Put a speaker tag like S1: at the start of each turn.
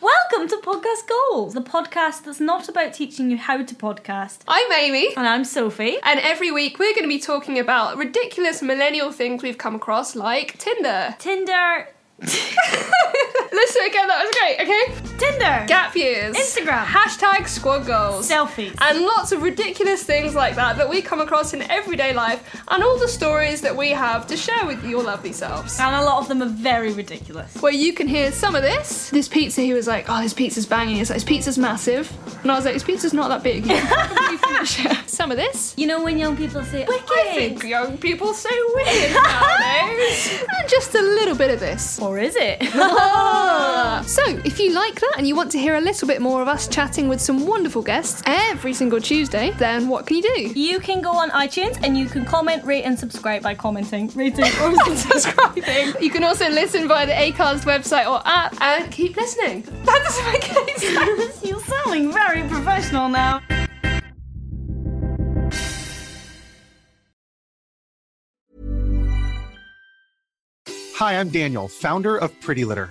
S1: Welcome to Podcast Goals, the podcast that's not about teaching you how to podcast.
S2: I'm Amy,
S1: And I'm Sophie.
S2: and every week we're going to be talking about ridiculous millennial things we've come across, like Tinder.
S1: Tinder.
S2: Let's do it again, that was great, okay?
S1: Tinder.
S2: Gap years.
S1: Instagram.
S2: Hashtag squad goals.
S1: Selfies.
S2: And lots of ridiculous things like that that we come across in everyday life, and all the stories that we have to share with your lovely selves.
S1: and a lot of them are very ridiculous.
S2: Where you can hear some of this. This pizza, he was like, oh, this pizza's banging. It's like, this pizza's massive. And I was like, this pizza's not that big. You can probably finish it. some of this.
S1: You know when young people say,
S2: I think young people so weird nowadays. and just a little bit of this.
S1: Or is it?
S2: So, if you like that and you want to hear a little bit more of us chatting with some wonderful guests every single Tuesday, then what can you do?
S1: you can go on iTunes and you can comment, rate, and subscribe by commenting, rating, or subscribing.
S2: You can also listen via the Acast website or app and keep listening. That doesn't make any sense.
S1: You're sounding very professional now.
S3: Hi, I'm Daniel, founder of Pretty Litter.